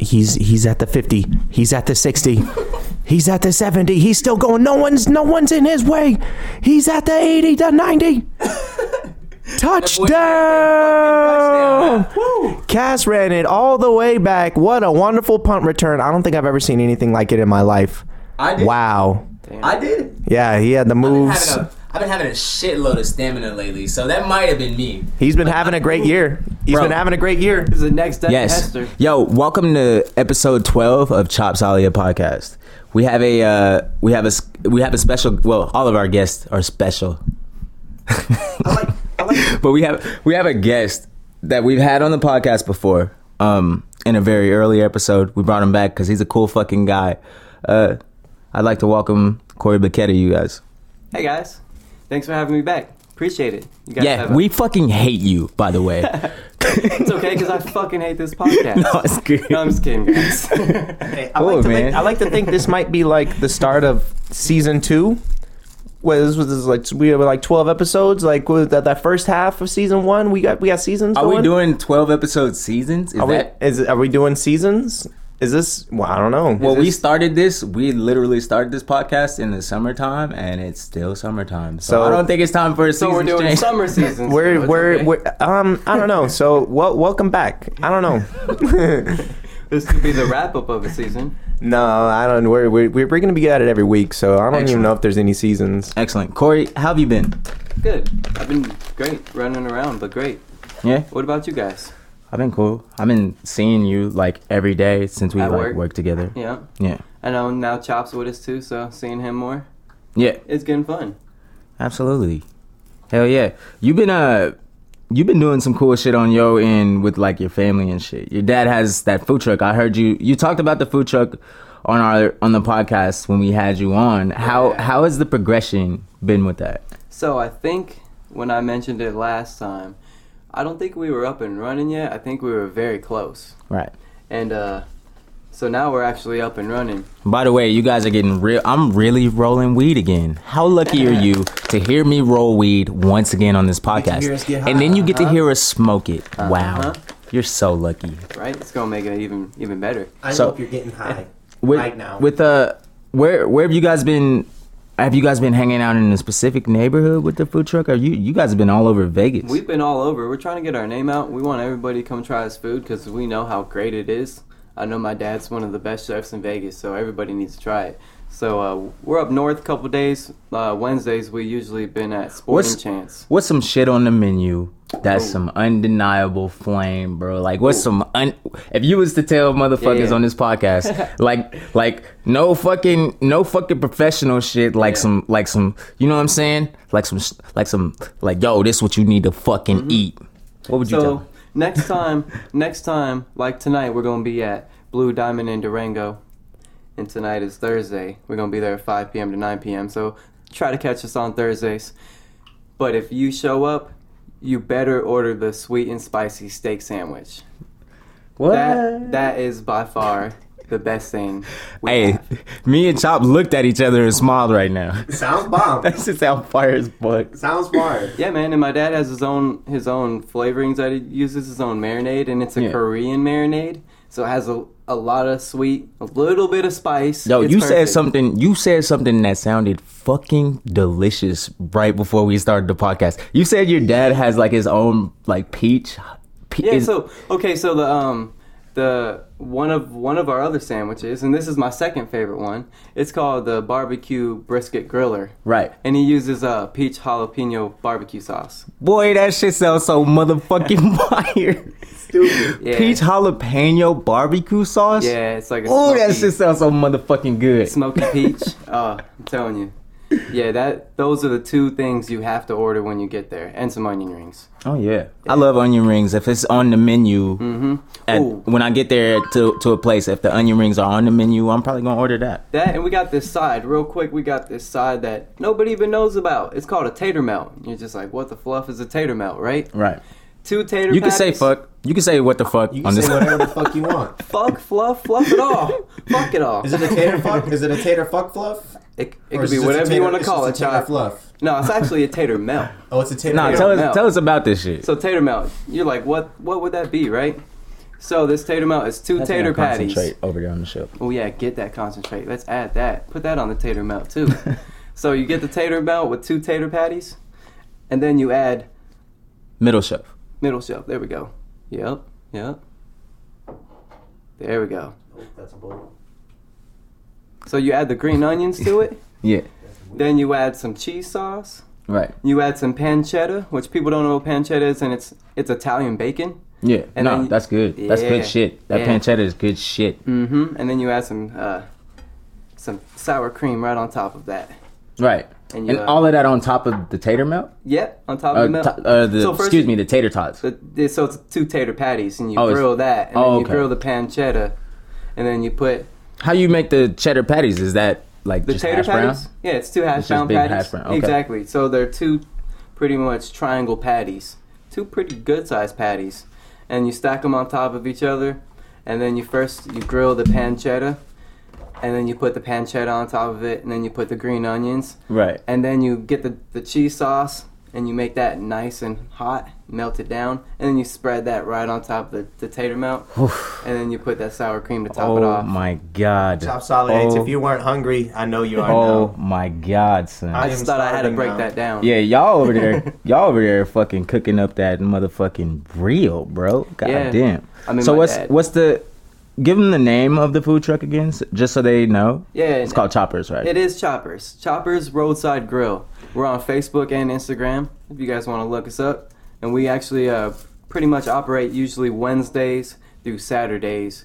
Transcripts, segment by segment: he's he's at the 50 he's at the 60 he's at the 70 he's still going no one's no one's in his way he's at the 80 the 90 touchdown cass ran it all the way back what a wonderful punt return i don't think i've ever seen anything like it in my life I did. wow I did. yeah he had the I've been, moves having a, I've been having a shitload of stamina lately, so that might have been me. he's been having a great year He's Bro. been having a great year Is the next day Yes. Hester? Yo, welcome to episode 12 of Chop Salia podcast. We have a uh, we have a s- we have a special well, all of our guests are special. but we have we have a guest that we've had on the podcast before. Um in a very early episode, we brought him back cuz he's a cool fucking guy. Uh I'd like to welcome Corey Baquetta, you guys. Hey guys, thanks for having me back. Appreciate it. You guys Yeah, have a- we fucking hate you, by the way. It's okay because I fucking hate this podcast. no, it's good. No, I'm just kidding, guys. I Cool, like to man. Think, I like to think this might be like the start of season two. Well, this was this is like we have like twelve episodes. Like was that that first half of season one, we got we got seasons. Are we going? doing 12 episode seasons? Is Are we, that is are we doing seasons? Is this? Well, I don't know. Well, we started this. We literally started this podcast in the summertime, and it's still summertime. So, So- I don't think it's time for a so season we're doing change. summer season. we're so it's we're, okay. we're um I don't know. So well, welcome back. I don't know. this could be the wrap up of a season. no, I don't. We're we're we're going to be at it every week. So I don't even Excellent. know if there's any seasons. Excellent, Corey. How have you been? Good. I've been great running around, but great. Yeah, What about you guys? I've been cool. I've been seeing you like every day since we At like work. work together. Yeah, Yeah, I know now Chops with us too, so seeing him more, yeah, it's getting fun. absolutely. Hell yeah, you've been uh, you've been doing some cool shit on your end with like your family and shit. Your dad has that food truck. I heard you. You talked about the food truck on our on the podcast when we had you on. How Yeah. how has the progression been with that? So I think when I mentioned it last time, I don't think we were up and running yet. I think we were very close, Right. and uh, so now we're actually up and running. By the way, you guys are getting real. I'm really rolling weed again. How lucky are you to hear me roll weed once again on this podcast? hear us get and then you get to high. hear us smoke it. Wow. Uh-huh. You're so lucky. Right? It's gonna make it even even better. I So- hope you're getting high With, With uh where where have you guys been have you guys been hanging out in a specific neighborhood with the food truck? Are you you guys have been all over Vegas? We've been all over. We're trying to get our name out. We want everybody to come try this food because we know how great it is. I know my dad's one of the best chefs in Vegas, so everybody needs to try it. So uh, we're up north a couple days. Uh, Wednesdays we usually been at Sporting What's- Chance. What's some shit on the menu that's some undeniable flame, bro? Like what's some un- if you was to tell motherfuckers Yeah, yeah. on this podcast, like like no fucking no fucking professional shit, like Yeah. some like some you know what I'm saying? Like some s- like some like yo, this what you need to fucking eat. What would you tell? Mm-hmm. So 'em? next time, next time, like tonight, we're gonna be at Blue Diamond in Durango, and tonight is Thursday. We're gonna be there at 5 p.m. to 9 p.m. So try to catch us on Thursdays. But if you show up, you better order the sweet and spicy steak sandwich. What? That that is by far the best thing. we hey, have. me and Chop looked at each other and smiled right now. Sounds bomb. That's just how fire is fuck. Sounds fire. Yeah, man, and my dad has his own his own flavorings that he uses, his own marinade, and it's a Yeah. Korean marinade, so it has a, a lot of sweet, a little bit of spice. Yo, It's you said perfect. something. You said something that sounded fucking delicious right before we started the podcast. You said your dad has like his own like peach. Pe- Yeah, is- so okay, so the um the one of one of our other sandwiches, and this is my second favorite one. It's called the barbecue brisket griller, right, and he uses a uh, peach jalapeno barbecue sauce. boy, that shit sounds so motherfucking fire. Stupid. Yeah. Peach jalapeno barbecue sauce. Yeah, it's like a Oh, that smoky- shit sounds so motherfucking good. Smoky peach. uh, I'm telling you. Yeah, that those are the two things you have to order when you get there, and some onion rings. Oh yeah. I love onion rings. If it's on the menu, at, Mm-hmm. Ooh. when I get there to to a place, if the onion rings are on the menu, I'm probably gonna order that. That and we got this side real quick. We got this side that nobody even knows about. It's called a tater melt. You're just like, what the fluff is a tater melt, right? Right. Two tater. You can say patties. fuck. You can say what the fuck You on can this. say whatever the fuck you want. fuck, fluff, fluff it all, fuck it all. Is it a tater fuck? Is it a tater fuck fluff? It, it Or could is be just a whatever you tater- want to it's call it, just a tater child. Fluff. No, it's actually a tater melt. Oh, it's a tater. Nah, fuck. tell us No. tell us about this shit. So tater melt, you're like, what? What would that be, right? So this tater melt is two That's tater gonna patties. Concentrate over there on the ship. Oh yeah, get that concentrate. Let's add that. Put that on the tater melt too. so you get the tater melt with two tater patties, and then you add Middle ship. middle shelf. There we go. Yep, yep. There we go. That's a bowl. So you add the green onions to it. Yeah. Then you add some cheese sauce. Right. You add some pancetta, which people don't know what pancetta is, and it's it's Italian bacon. Yeah. And no, then- that's good. That's Yeah. good shit. That Yeah. pancetta is good shit. Mm-hmm. And then you add some uh, some sour cream right on top of that. Right. And And, you, uh, all of that on top of the tater melt? Yep, on top of Uh, the milk. t- uh, the, So first excuse you- me, the tater tots. The, the- so it's two tater patties, and you Oh, it's- grill that, and oh, then you okay. grill the pancetta, and then you put How you make the cheddar patties? Is that like the just tater hash brown? patties. Yeah, it's two hash It's just brown big patties. hash brown, okay. Exactly. So they're two pretty much triangle patties, two pretty good sized patties, and you stack them on top of each other, and then you first you grill the pancetta, and then you put the pancetta on top of it, and then you put the green onions, Right. and then you get the, the cheese sauce and you make that nice and hot, melt it down, and then you spread that right on top of the, the tater melt, and then you put that sour cream to top it Oh off. my god. Top solidates. Oh. If you weren't hungry, I know you are Oh now. my god, son. I I just am thought I had to starving break now. that down. yeah, y'all over there, y'all over there, fucking cooking up that motherfucking real, bro. God Yeah. damn. I mean, so my what's dad- what's the? Give them the name of the food truck again, s- just so they know. Yeah, It's called Choppers, right? It is Choppers. Choppers Roadside Grill. We're on Facebook and Instagram if you guys want to look us up. And we actually uh, pretty much operate usually Wednesdays through Saturdays.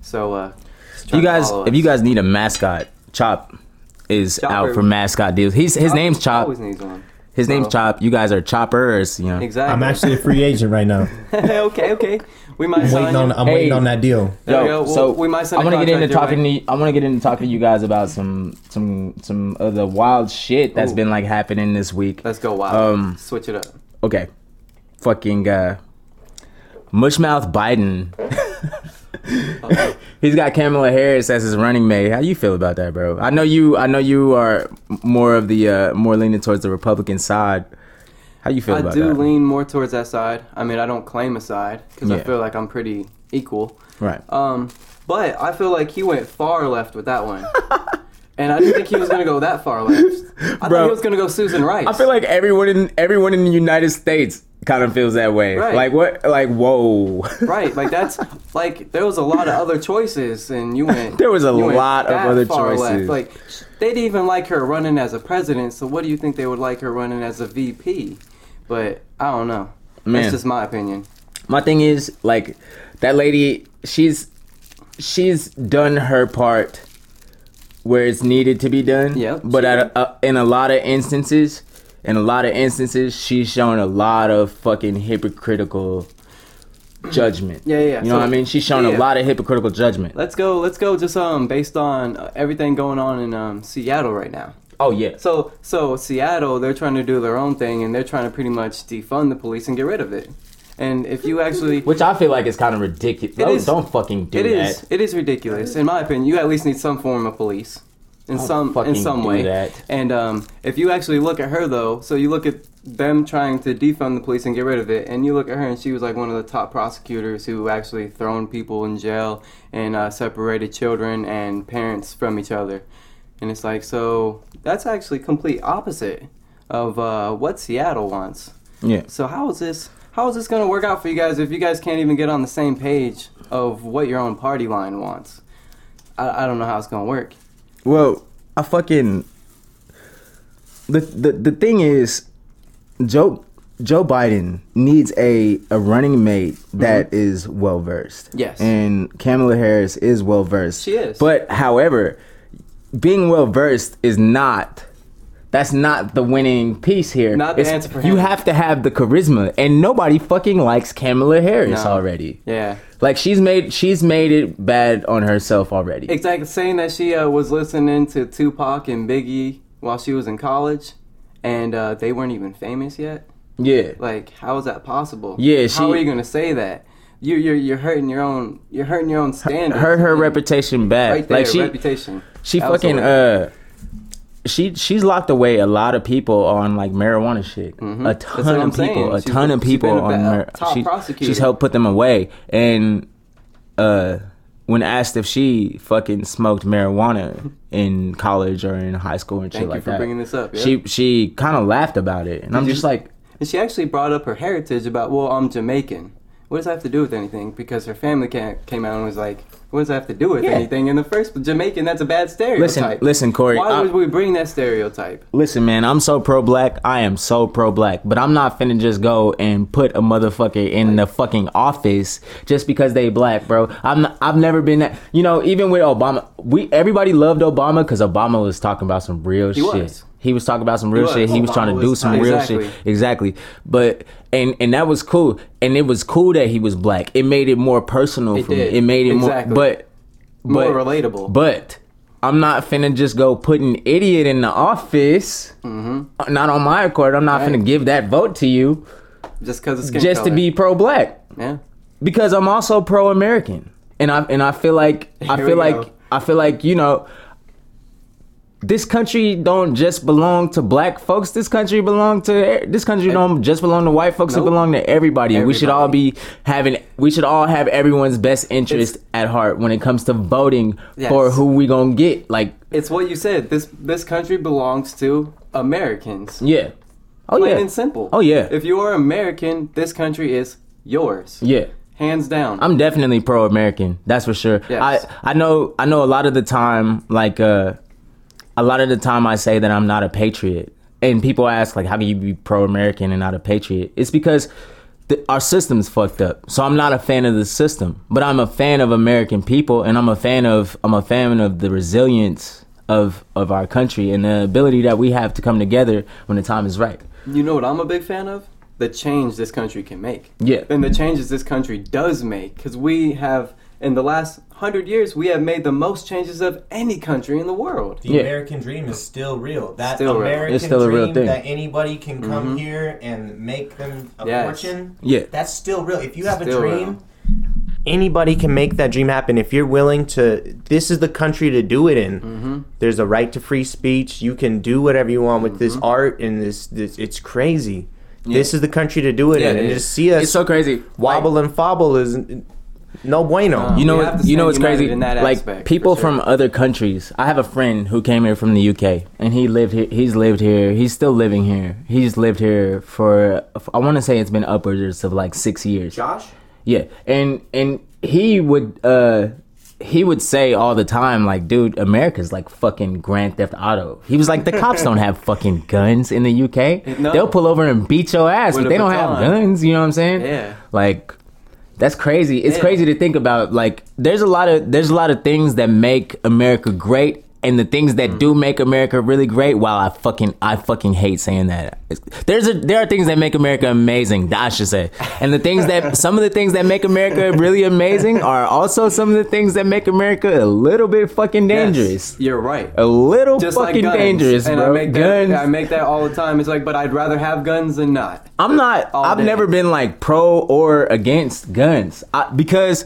So, uh, If you guys, if you guys need a mascot, Chop is Chopper. out for mascot deals. He's his name's Chop. Always needs one. His name's Oh. Chop. You guys are choppers, you know. Exactly. I'm actually a free agent right now. okay, okay. We might I'm sign waiting you. on, I'm Hey. waiting on that deal. There we go. Well, we might send I a want to get contract into your talking. To, I want to get into talking to you guys about some some some of the wild shit that's Ooh. been like happening this week. Let's go wild. Um, Switch it up. Okay, fucking uh, mushmouth Biden. He's got Kamala Harris as his running mate. How you feel about that, bro? I know you. I know you are more of the uh, more leaning towards the Republican side. How you feel I about do that? lean more towards that side. I mean, I don't claim a side because I Yeah. feel like I'm pretty equal. right. Um, but I feel like he went far left with that one, and I didn't think he was gonna go that far left. I Bro. thought he was gonna go Susan Rice. I feel like everyone in everyone in the United States kind of feels that way. Right. Like what? Like whoa. right, like that's like there was a lot of other choices, and you went. There was a you went lot of that other far choices. Like they didn't even like her running as a president. So what do you think they would like her running as a VP? But I don't know. Man. That's just my opinion. my thing is like that lady she's she's done her part where it's needed to be done Yep, but she at a, uh, in a lot of instances in a lot of instances she's shown a lot of fucking hypocritical judgment Yeah, yeah, you know so- what i mean she's shown a yeah. lot of hypocritical judgment Let's go. Let's go. Just um, based on uh, everything going on in um Seattle right now. oh yeah So so Seattle, they're trying to do their own thing, and they're trying to pretty much defund the police and get rid of it. And if you actually, which i feel like is kind of ridiculous It don't, is. don't fucking do it that is it is ridiculous in my opinion. You at least need some form of police in some fucking in some do way. that. And um, if you actually look at her though, so you look at them trying to defund the police and get rid of it, and you look at her, and she was like one of the top prosecutors who actually thrown people in jail and uh, separated children and parents from each other. And it's like so that's actually complete opposite of uh, what Seattle wants. yeah So how is this? How is this going to work out for you guys if you guys can't even get on the same page of what your own party line wants? I, I don't know how it's going to work. Well, I fucking the the the thing is, Joe Joe Biden needs a a running mate that is well versed. Mm-hmm. Yes. and Kamala Harris is well versed. She is. But however, being well versed is not. That's not the winning piece here. Not the answer for You him. have to have the charisma, and nobody fucking likes Kamala Harris No. already. Yeah, Like she's made she's made it bad on herself already. exactly. Saying that she uh, was listening to Tupac and Biggie while she was in college, and uh, they weren't even famous yet. yeah. Like, how is that possible? Yeah, she- How are you going to say that? You, you're you're hurting your own you're hurting your own standards. Hurt her man. reputation bad. Right there, like she, reputation. She That was fucking uh the she she's locked away a lot of people on like marijuana shit. A ton Mm-hmm. what I'm of people, saying. a She's ton been- of she's been people a on ba- her. top she, prosecutor. she's helped put them away and uh, when asked if she fucking smoked marijuana in college or in high school and shit Thank you like for that, bringing this up. yeah. she she kind of laughed about it, and I'm you- just like, And she actually brought up her heritage about, well, I'm Jamaican. What does that have to do with anything? Because her family ca- came out and was like, what does that have to do with Yeah. anything? In the first, Jamaican, that's a bad listen, stereotype. listen, Corey, Why I- would we bring that stereotype? listen, man, I'm so pro black, I am so pro black, but I'm not finna just go and put a motherfucker in the fucking office just because they black, bro. I'm not, I've never been that, you know, even with Obama, we everybody loved Obama because Obama was talking about some real shit. was. He was talking about some real was. shit. He was Obama trying to was do some tight. real Exactly. shit. Exactly. But and and that was cool. And it was cool that he was black. It made it more personal for did. me. It made it Exactly. more but but, More relatable. But I'm not finna just go put an idiot in the office. Mm-hmm. Not on my accord. I'm not Right. finna give that vote to you Just because it's skin just to color. be pro black Yeah. because I'm also pro American, and I and I feel like I Here feel we like go. I feel like you know. This country don't just belong to black folks. This country belong to this country don't just belong to white folks. Nope. It belong to everybody. And we should all be having we should all have everyone's best interest at heart when it comes to voting for Yes. who we gonna get. Like It's what you said. This this country belongs to Americans. yeah, oh Plain yeah, and simple. Oh, yeah. If you are American, this country is yours. yeah. Hands down. I'm definitely pro American. That's for sure. Yes. I I know I know a lot of the time like uh a lot of the time I say that I'm not a patriot. And people ask like how can you be pro American and not a patriot? It's because the, our system's fucked up. So I'm not a fan of the system, but I'm a fan of American people and I'm a fan of I'm a fan of the resilience of of our country and the ability that we have to come together when the time is right. You know what I'm a big fan of? The change this country can make. Yeah. And the changes this country does make. Because we have, in the last hundred years, we have made the most changes of any country in the world. The Yeah. American dream is still real. That Still real. American It's still a dream real thing. Mm-hmm. that anybody can come here and make them a Yes. fortune. Yeah. That's still real. If you have Still a real. dream, anybody can make that dream happen if you're willing to this is the country to do it in. Mm-hmm. There's a right to free speech. You can do whatever you want with this Mm-hmm. art and this, this it's crazy. This is the country to do it Yeah, in. it and is. to see us It's so crazy. Like- Uh-huh. wobble and fobble is no bueno. You know, We what, have to you know what's stay crazy? united in that like aspect, people for sure. from other countries. I have a friend who came here from the UK, and he lived here. He's lived here. He's still living here. He's lived here for I want to say it's been upwards of like six years. Josh? Yeah, and and he would uh he would say all the time like, dude, America's like fucking Grand Theft Auto. He was like, the cops don't have fucking guns in the UK. No. They'll pull over and beat your ass, With but a they don't have baton. guns. You know what I'm saying? Yeah. Like that's crazy. It's Yeah. crazy to think about. Like there's a lot of there's a lot of things that make America great. And the things that Mm. do make America really great, while I fucking I fucking hate saying that. It's- There's a there are things that make America amazing, I should say. And the things that some of the things that make America really amazing are also some of the things that make America a little bit fucking Yes, dangerous. you're right. A little Just fucking like guns. dangerous, and bro. I make guns. That, I make that all the time. It's like, but I'd rather have guns than not. I'm not. all I've day. never been like pro or against guns I, because,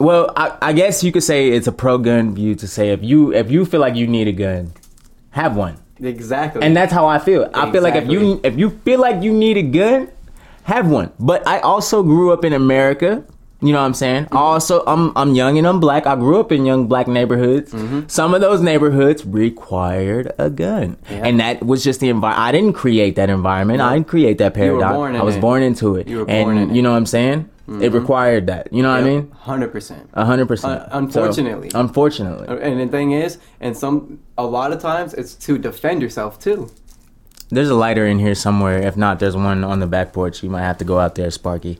well, I, I guess you could say it's a pro gun view to say if you if you feel like you need a gun, have one, Exactly. and that's how I feel. I feel like if you if you feel like you need a gun, have one. But I also grew up in America. You know what I'm saying? Mm-hmm. I Also, I'm I'm young and I'm black. I grew up in young black neighborhoods. Mm-hmm. Some of those neighborhoods required a gun, and that was just the environment. I didn't create that environment. I didn't create that were paradigm. born in I was it. born into it, You were and born in you it. Mm-hmm. know what I'm saying? It required that. You know what I mean? 100%. A hundred percent. Un- unfortunately. So, unfortunately, Uh, and the thing is, and some, a lot of times, it's to defend yourself too. there's a lighter in here somewhere. If not, there's one on the back porch. You might have to go out there, Sparky.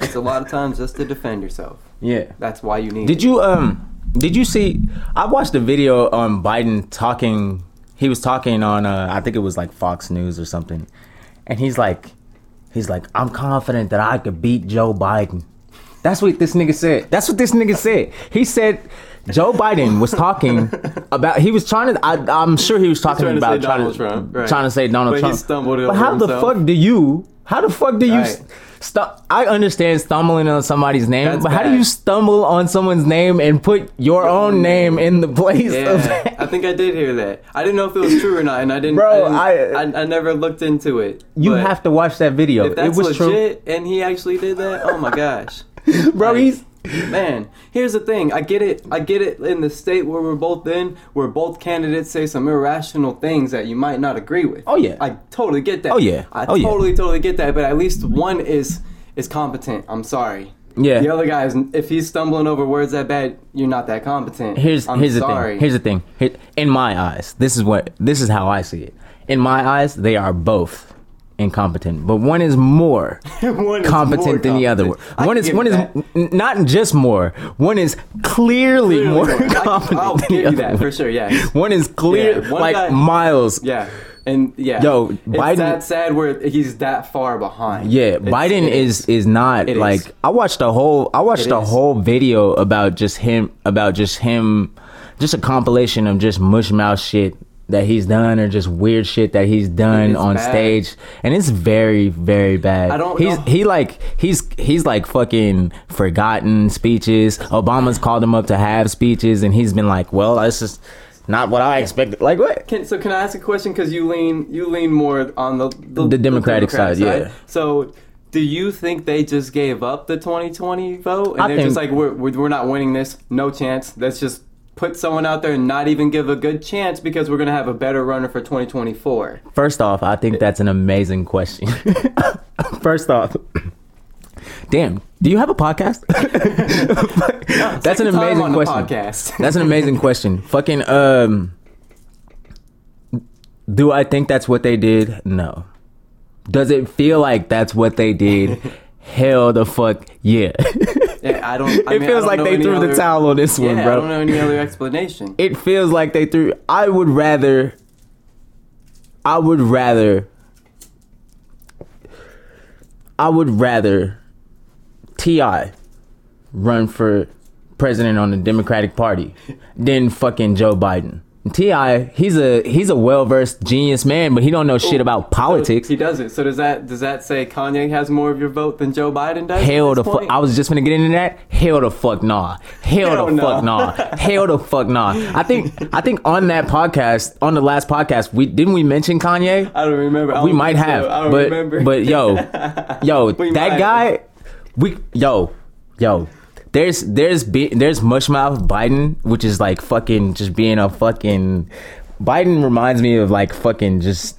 It's a lot of times just to defend yourself. Yeah. That's why you need Did you um did you see I watched a video on Biden talking he was talking on uh I think it was like Fox News or something. And he's like he's like I'm confident that I could beat Joe Biden. That's what this nigga said. That's what this nigga said. He said Joe Biden was talking about he was trying to I, I'm sure he was talking trying to about say trying Donald to Trump, right. trying to say Donald But he Trump. stumbled over but how the himself. fuck do you how the fuck do you Right. stop I understand stumbling on somebody's name, That's but how do bad. you stumble on someone's name and put your own name in the place of Yeah, I think I did hear that. I didn't know if it was true or not, and I didn't. Bro, I didn't- I, I never looked into it. you but have to watch that video. If that's it was legit, and he actually did that. Oh my gosh, true, bro. like- he's Man, here's the thing. I get it. I get it. In the state where we're both in, where both candidates say some irrational things that you might not agree with. Oh, yeah. I totally get that. Oh, yeah. I Oh, yeah. totally, totally get that. But at least one is is competent. I'm sorry. Yeah. The other guy is. If he's stumbling over words that bad, you're not that competent. Here's I'm here's sorry. the thing. Here's the thing. Here- in my eyes, this is what this is how I see it. In my eyes, they are both incompetent, but one is more One is competent more than the other. competent. I One can is give one you is that. n- not just more. One is clearly, Clearly more more. I can- competent I'll than give the you other that one. for sure, yeah. one is clear, Yeah, one like guy- miles. Yeah. And yeah, Yo, Biden- It's that sad where he's that far behind. Yeah, It's- Biden it is is not It like is. I watched a whole I watched It a is. whole video about just him about just him just a compilation of just mush mouth shit that he's done or just weird shit that he's It done is on bad. stage and it's very very bad. I don't he's know- he like he's he's like fucking forgotten speeches. Obama's called him up to have speeches and he's been like, "Well, that's just not what I expected." Like what? Can, so can I ask a question? Because you lean you lean more on the the, Democratic side, yeah. So do you think they just gave up the 2020 vote and I they're think- just like we're, we're we're not winning this? No chance. Let's just put someone out there and not even give a good chance because we're gonna have a better runner for 2024. First off, I think that's an amazing question. First off, damn, do you have a podcast? that's an Second time amazing on question. The podcast. That's an amazing question. Fucking um, do I think that's what they did? No. Does it feel like that's what they did? Hell the fuck yeah! Yeah, I don't. I mean, I it feels don't like know they any threw the other- towel on this Yeah, one, I bro don't know any other explanation. it feels like they threw I would rather I would rather I would rather TI run for president on the Democratic Party than fucking Joe Biden. TI, he's a he's a well-versed genius man, but he don't know shit about politics. He does it. So does that does that say Kanye has more of your vote than Joe Biden does? at Hell the this fuck! point? I was just gonna get into that. Hell the fuck nah. Hell, Hell the no. fuck nah. Hell the fuck nah. I think I think on that podcast, on the last podcast, we didn't we mention Kanye? I don't remember. I we don't might think have, so. I don't but remember. but yo, yo, We that might. guy, we yo, yo. There's there's be, there's mushmouth Biden, which is like fucking just being a fucking. Biden reminds me of like fucking just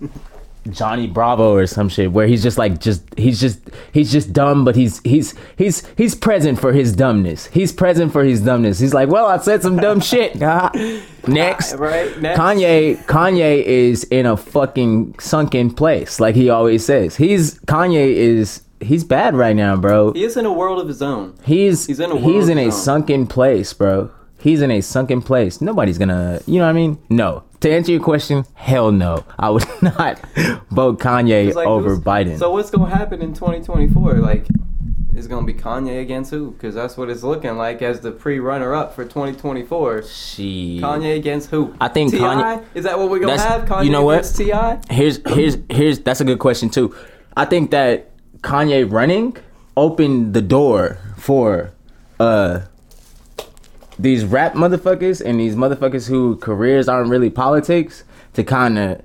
Johnny Bravo or some shit where he's just like just he's just he's just dumb but he's he's he's he's present for his dumbness. He's present for his dumbness. He's like, "Well, I said some dumb shit." next. right next. Kanye Kanye is in a fucking sunken place like he always says. He's Kanye is he's bad right now, bro. He is in a world of his own. He's He's in a he's world in a zone. sunken place, bro. He's in a sunken place. Nobody's gonna, you know what I mean? No. To answer your question, hell no. I would not vote Kanye It's like, over who's- Biden. So what's gonna happen in 2024? Like, it's gonna be Kanye against who? Because that's what it's looking like as the pre-runner up for 2024. she Kanye against who? I think Ti? Kanye- Is that what we're gonna That's- have? Kanye you know what? against Ti? here's here's here's that's a good question too. I think that Kanye running opened the door for uh these rap motherfuckers and these motherfuckers who careers aren't really politics to kind of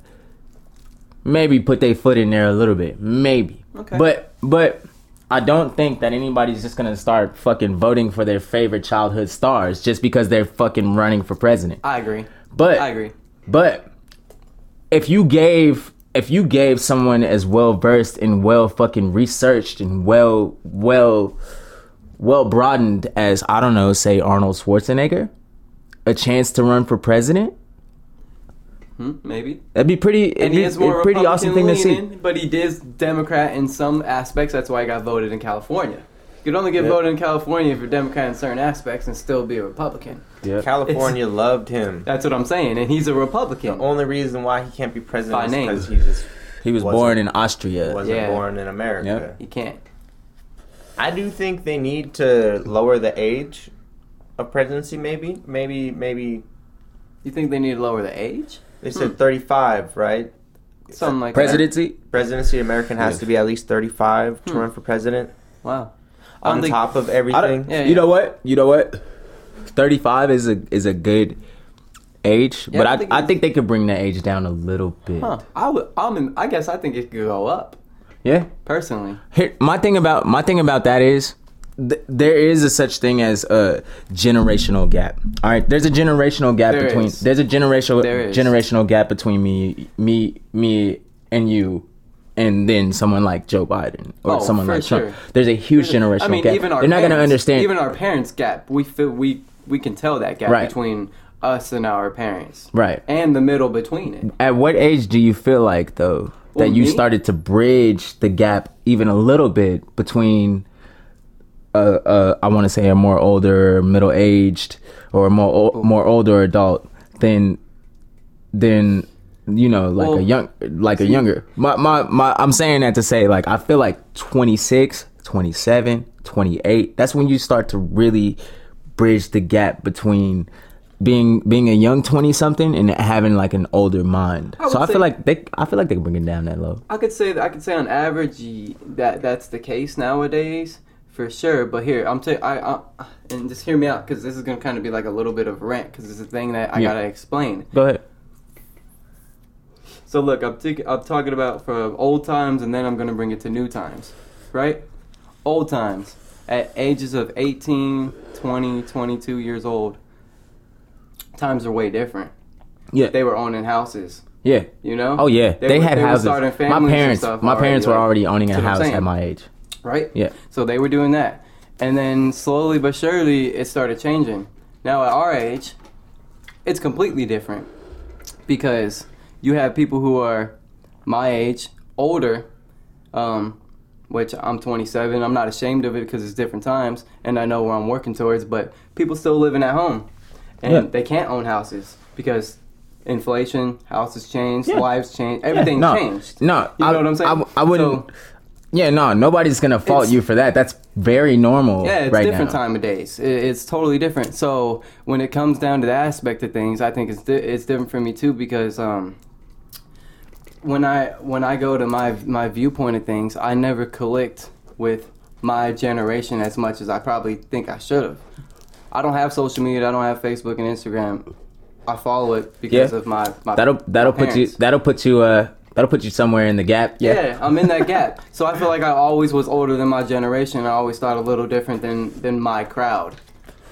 maybe put their foot in there a little bit, maybe. Okay. But but I don't think that anybody's just gonna start fucking voting for their favorite childhood stars just because they're fucking running for president. I agree. But I agree. but if you gave if you gave someone as well versed and well fucking researched and well well well broadened as I don't know, say Arnold Schwarzenegger, a chance to run for president, Hmm, maybe. that'd be pretty it'd and be, he is more a pretty awesome thing to see. Republican-leaning, But he is Democrat in some aspects. That's why he got voted in California. You could only get voted in California if you're Democrat in certain aspects and still be a Republican. California loved him. That's what I'm saying, and he's a The Republican. only reason why he can't be president By is name. because he just He was Wasn't- born in Austria. wasn't Yeah. born in America. Yep. he can't. I do think they need to lower the age of presidency. Maybe, maybe, maybe You think they need to lower the age? they said thirty-five, right? Something like Presidency? Presidency American has Yeah. to be at least thirty-five to run for president. that. Wow. I On don't think- top of everything, Yeah, You know what? You know what? Thirty five is a is a good age, Yeah, but I I, think I it's- think they could bring that age down a little bit. Huh. I would. I'm. In, I guess I think it could go up Yeah. personally. Here, my thing about my thing about that is th- there is a such thing as a generational gap. All right, there's a generational gap There between is. there's a generational There is. generational gap between me me me and you and then someone like Joe Biden or Oh, someone for like sure. Trump. There's a huge generational I mean, gap. even our They're not going to parents- understand. Even our parents' gap, we feel we we can tell that gap Right. between us and our parents, Right. And the middle between it. At what age do you feel like though Well, that you me? started to bridge the gap even a little bit between a, a I want to say a more older, middle aged, or a more o- more older adult than than you know like Well, a young like a younger. My, my my I'm saying that to say like I feel like 26, 27, 28. That's when you start to really bridge the gap between being being a young 20 something and having like an older mind. would so I say- feel like they I feel like they can bring it down that low. I could say that I could say on average ye- that that's the case nowadays for sure. But here I'm saying I, I and just hear me out because this is gonna kind of be like a little bit of rant because it's a thing that I Yeah. gotta explain. Go ahead. So look, I'm tic- I'm talking about from old times, and then I'm gonna bring it to new times, right? Old times at ages of 18, 20, 22 years old. Times are way different. Yeah. They were owning houses, yeah. you know. Oh yeah, they, were- had they were houses. starting My families and parents, stuff my parents were like- already owning a That's what I'm house at saying. my age. right? Yeah. So they were doing that. And then slowly but surely it started changing. Now at our age, it's completely different because you have people who are my age, older, um, which I'm 27. I'm not ashamed of it because it's different times and I know where I'm working towards, but people still living at home and Yeah. they can't own houses because inflation, houses changed, lives changed, everything no, changed. No, You I, know what I'm saying? I w- I, wouldn't. So- yeah, no, nobody's gonna fault It's- you for that. That's very normal. Yeah, it's right different now. time of days. It, it's totally different. So when it comes down to the aspect of things, I think it's di- it's different for me too because um, when I when I go to my my viewpoint of things, I never collect with my generation as much as I probably think I should have. I don't have social media. I don't have Facebook and Instagram. I follow it because Yeah. of my, my That'll that'll my put you parents. that'll put you uh that'll put you somewhere in the gap. Yeah. Yeah, I'm in that gap. So I feel like I always was older than my generation. I always thought a little different than than my crowd.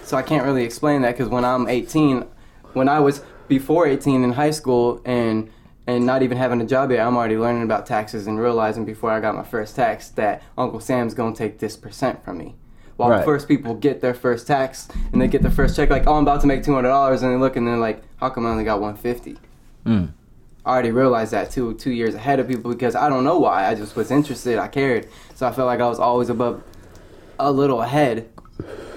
So I can't really explain that because when I'm 18, when I was before 18 in high school and and not even having a job yet, I'm already learning about taxes and realizing before I got my first tax that Uncle Sam's gonna take this percent from me. While Right. first people get their first tax and they get their first check, like, oh, I'm about to make two hundred dollars, and they look and they're like, how come I only got one fifty? Mm. I already realized that two two years ahead of people because I don't know why. I just was interested. I cared, so I felt like I was always above a little ahead.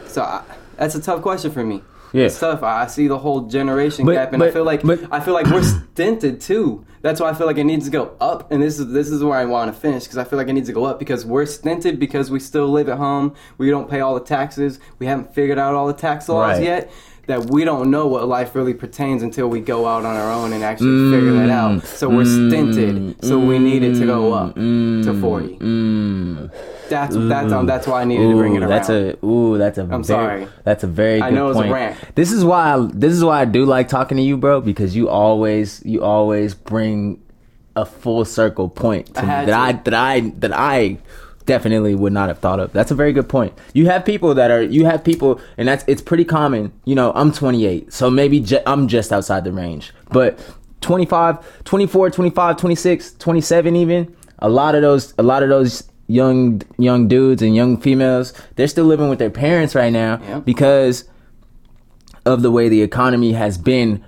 So I, that's a tough question for me. Yeah. It's tough. I, I see the whole generation But- gap, and but- I feel like but- I feel like we're stinted too. That's why I feel like it needs to go up, and this is this is where I want to finish because I feel like it needs to go up because we're stinted because we still live at home. We don't pay all the taxes. We haven't figured out all the tax laws Right. yet. That we don't know what life really pertains until we go out on our own and actually Mm. figure that out. So we're stinted. So we need it to go up to forty. Mm. That's that's um, that's why I needed to bring it Ooh, around. that's a ooh, that's a. I'm very, sorry. That's a very. Good I know it was a point. rant. This is why. I, this is why I do like talking to you, bro, because you always you always bring a full circle point to I me had that I to. that I that I definitely would not have thought of. That's a very good point. You have people that are you have people, and that's it's pretty common. You know, I'm 28, so maybe ju- I'm just outside the range, but 25, 24, 25, 26, 27, even a lot of those a lot of those young young dudes and young females they're still living with their parents right now Yeah. because of the way the economy has been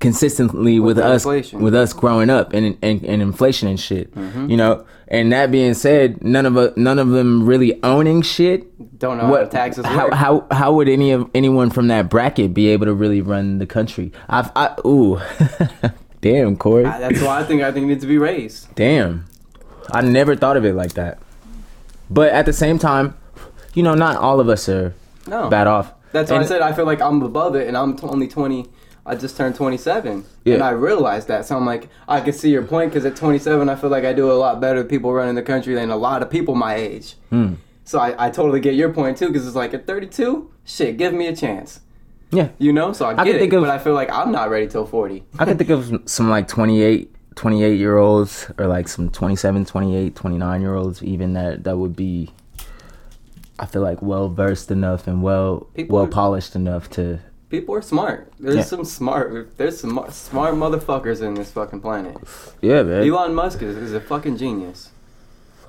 consistently with, the us inflation. Mm-hmm. with us growing up and and, and inflation and shit you know and that being said none of us none of them really owning shit Don't know how taxes how, work. how how would any of anyone from that bracket be able to really run the country i've i ooh damn corey I- Uh, that's why I think I think it needs to be raised. Damn. I never thought of it like that. But at the same time, you know, not all of us are No, bad off. that's why I And- said I feel like I'm above it, and I'm t- only 20. I just turned 27, Yeah. and I realized that. So I'm like, I can see your point because at 27, I feel like I do a lot better than people running the country than a lot of people my age. Hmm. So I, I totally get your point too because it's like at 32, shit, give me a chance, Yeah. you know. So I get can it, think of- but I feel like I'm not ready till 40. I can think of some like 28, 28 year olds or like some 27, 28, 29 year olds even that that would be I feel like well versed enough and well People well are- polished enough to People are smart. There's Yeah. some smart. There's some mar- smart motherfuckers in this fucking planet. yeah man. Elon Musk is, is a fucking genius.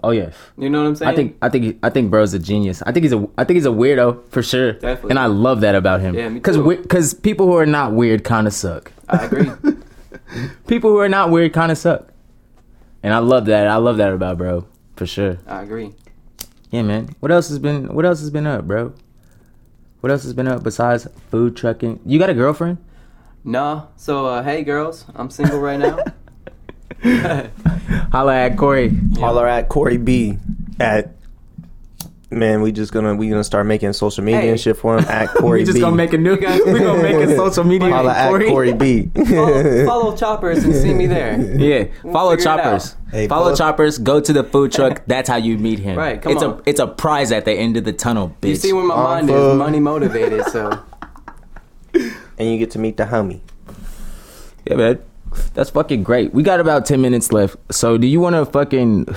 oh yeah. You know what I'm saying? I think I think I think bro's a genius. I think he's a I think he's a weirdo for sure. Definitely. And I love that about him. Yeah, me Cuz too. cuz people who are not weird kind of suck. I agree. People who are not weird kind of suck. And I love that. I love that about bro for sure. I agree. Yeah, man. What else has been What else has been up, bro? What else has been up besides food trucking? You got a girlfriend? Nah. So uh, hey, girls, I'm single right now. Holla at Corey. Holler at Corey B. At man, we just gonna we gonna start making social media Hey. and shit for him at Corey we just B. gonna make a new. guys- we gonna make a social media. Holla at Corey, B. follow, follow Choppers and see me there. Yeah, follow figure it Choppers. out. Hey, follow follow- Choppers. Go to the food truck. That's how you meet him. Right, come it's on. a it's a prize at the end of the tunnel, bitch. You see where my On mind is? food. Money motivated. So and you get to meet the homie. yeah, man. That's fucking great. We got about ten minutes left. So do you want to fucking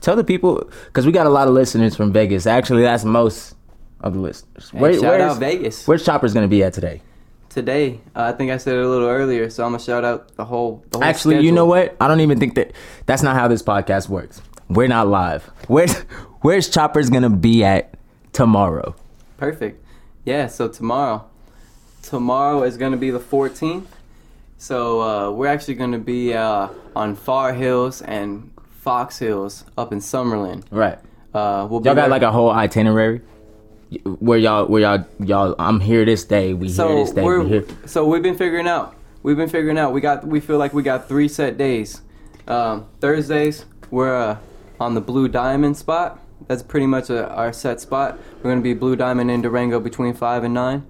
tell the people? Because we got a lot of listeners from Vegas. Actually, that's most of the listeners. Where- hey, shout where's- out Vegas. Where's Choppers gonna be at today? Today, uh, I think I said it a little earlier, so I'm gonna shout out the whole. The whole Actually, you schedule. know what? I don't even think that that's not how this podcast works. We're not live. Where's Where's Choppers gonna be at tomorrow? Perfect. Yeah, so tomorrow. Tomorrow is going to be the 14th. So uh, we're actually going to be uh, on Far Hills and Fox Hills up in Summerlin. Right. Uh, we'll be Y'all got there- like a whole itinerary where y'all where y'all y'all. I'm here this day. We so here this day. we're We here. so we've been figuring out. We've been figuring out. We got we feel like we got three set days. Um, Thursdays we're uh, on the Blue Diamond spot. That's pretty much uh our set spot. We're gonna be Blue Diamond in Durango between five and nine,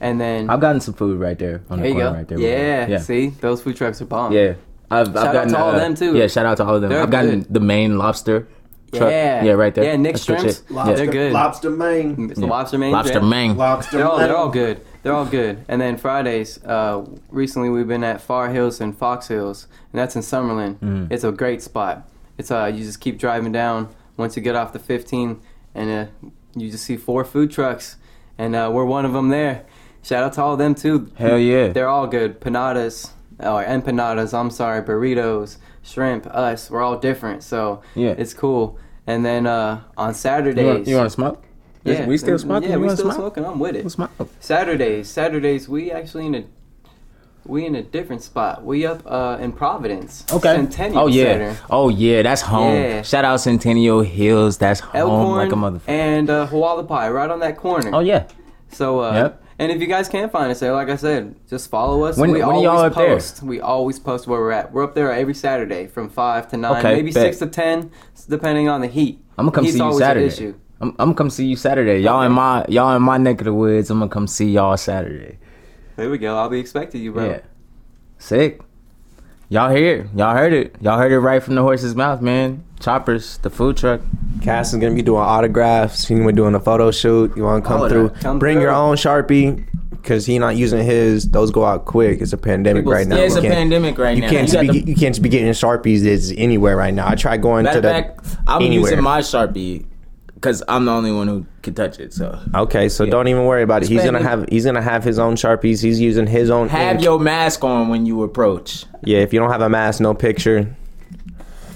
and then I've gotten some food right there on the There you corner go. right there. yeah, yeah. See, those food trucks are bomb. Yeah. I've, I've out gotten, uh, to all of them, too. Yeah, shout out to all of them. They're I've gotten good. the main lobster. Truck. Yeah. yeah, right there. Yeah, Nick That's good Shrimps. shit. Lobster. They're good. Lobster main. It's the lobster main. Lobster yeah. man. Lobster They're all, they're all good. They're all good. And then Fridays, uh, recently we've been at Far Hills and Fox Hills, and that's in Summerlin. Mm. It's a great spot. It's uh, you just keep driving down. Once you get off the 15, and uh, you just see four food trucks, and uh, we're one of them there. Shout out to all of them too. Hell yeah. They're all good. Panadas, uh, or empanadas, I'm sorry, burritos, shrimp, us, we're all different. So Yeah. it's cool. And then uh, on You Saturdays. want, you want to smoke? yeah, We still and- smoking? Yeah, You we wanna still smoke? smoking. I'm with it. Let's smoke. Saturdays, Saturdays, we actually in a we in a different spot. We up uh, in Providence. Okay. Centennial oh yeah. Center. Oh yeah. That's home. Yeah. Shout out Centennial Hills. That's home Elkhorn like a motherfucker. and uh, Hualapai, right on that corner. Oh yeah. So, uh, Yep. and if you guys can't find us there, like I said, just follow us. When- we when are always y'all up there? post. We always post where we're at. We're up there every Saturday from five to nine, Okay, maybe bet. six to ten, depending on the heat. I'm gonna come Heat's see you always an Saturday. issue. I'm, I'm gonna come see you Saturday. Y'all in my y'all in my neck of the woods. I'm gonna come see y'all Saturday. There we go. I'll be expecting you, bro. Yeah. Sick. Y'all hear? Y'all heard it. Y'all heard it right from the horse's mouth, man. Choppers, the food truck. Cass is gonna be doing autographs. He gonna be doing a photo shoot. You wanna come All of through? that. Come Bring your through. own sharpie, cause he not using his. Those go out quick. It's a pandemic People right now. yeah, it's We a can't- pandemic right You now. can't got be, the- you can't be getting sharpies that's anywhere right now. I tried going Matter to of the fact, I'm anywhere. using my sharpie because I'm the only one who can touch it. So Okay, so don't even worry about it. He's gonna Expanded. have he's gonna have his own sharpies. He's using his own. have ink. your mask on when you approach. yeah, if you don't have a mask, no picture.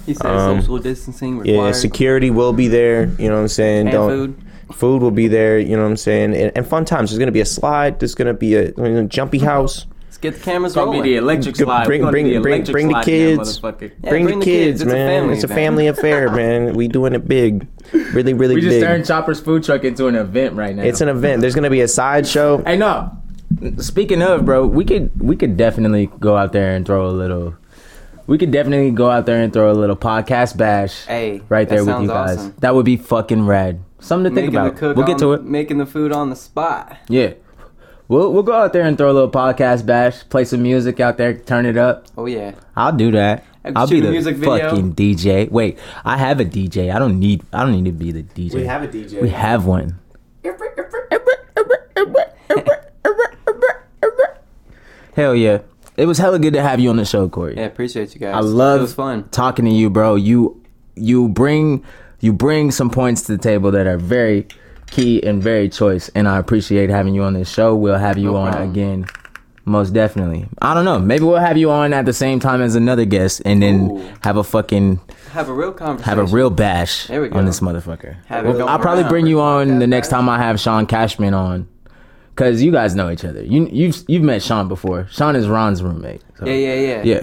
He said Um, social distancing Yeah, required. security will be there. You know what I'm saying? And don't food. food will be there. You know what I'm saying? And, and fun times. There's gonna be a slide. There's gonna be a, I mean, a jumpy house. Let's get the cameras It's gonna rolling. be the electric Good- slide. bring- We're gonna bring- do the bring- electric bring the slide in that kids. motherfucker. Yeah, bring, the kids, It's a man. family it's a event. family affair, man. We doing it big, really, really We just big. turned Chopper's food truck into an event right now. it's an event. There's gonna be a sideshow. hey no. Speaking of, bro, we could we could definitely go out there and throw a little. We could definitely go out there and throw a little podcast bash. Hey, right that there with sounds you guys. awesome. That would be fucking rad. Something to think Making the about. cook We'll get on- to it. Making the food on the spot. Yeah. We'll, we'll go out there and throw a little podcast bash, play some music out there, turn it up. Oh yeah. I'll do that. And I'll be shoot a the music video. fucking DJ. Wait, I have a DJ. I don't need. I don't need to be the DJ. We have a DJ. We have one. Hell yeah! It was hella good to have you on the show, Corey. Yeah, appreciate you guys. I love It was fun. talking to you, bro. You you bring you bring some points to the table that are very key and very choice. And I appreciate having you on this show. We'll have you No on problem. again. Most definitely. I don't know. Maybe we'll have you on at the same time as another guest and then Ooh. have a fucking Have a real conversation. have a real bash There we go. on this motherfucker. Have it Well, go I'll probably around. bring you on the next time I have Sean Cashman on, because you guys know each other. You you've you've met Sean before. Sean is Ron's roommate. so- Yeah, yeah, yeah. yeah.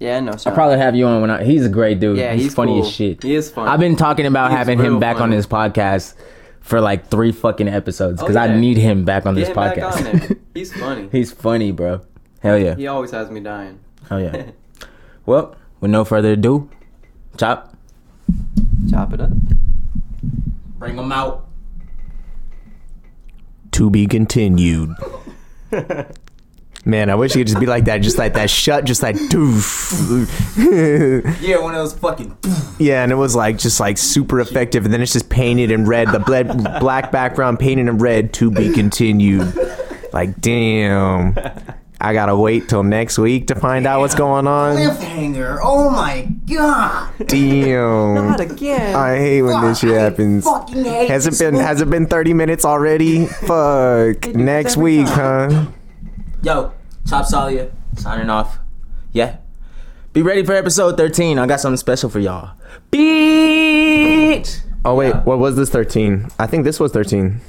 Yeah, I know. Sean. I'll probably have you on when I. He's a great dude. Yeah, he's, he's funny cool. as shit. He is funny. I've been talking about He's having him real back on funny. Oh, this podcast for like three fucking episodes because I yeah. need him back on Get this him podcast. back on there. He's funny. he's funny, bro. Hell yeah. He always has me dying. Hell yeah. well, with no further ado, chop. Chop it up. Bring them out. To be continued. Man, I wish it could just be like that, just like that shut, just like doof. Yeah, one of those fucking. yeah, and it was like just like super effective, and then it's just painted in red, the bled, black background painted in red. To be continued. Like, damn, I gotta wait till next week to find out what's going on. Cliffhanger. Oh my god. Damn, again. I hate when this shit happens. Fucking hate Has it this been movie. has it been 30 minutes already? Fuck. Next every week, time. huh? Yo, Chop Salia. signing off. Yeah. Be ready for episode 13. I got something special for y'all. Beat! Oh wait, what was this 13? I think this was 13.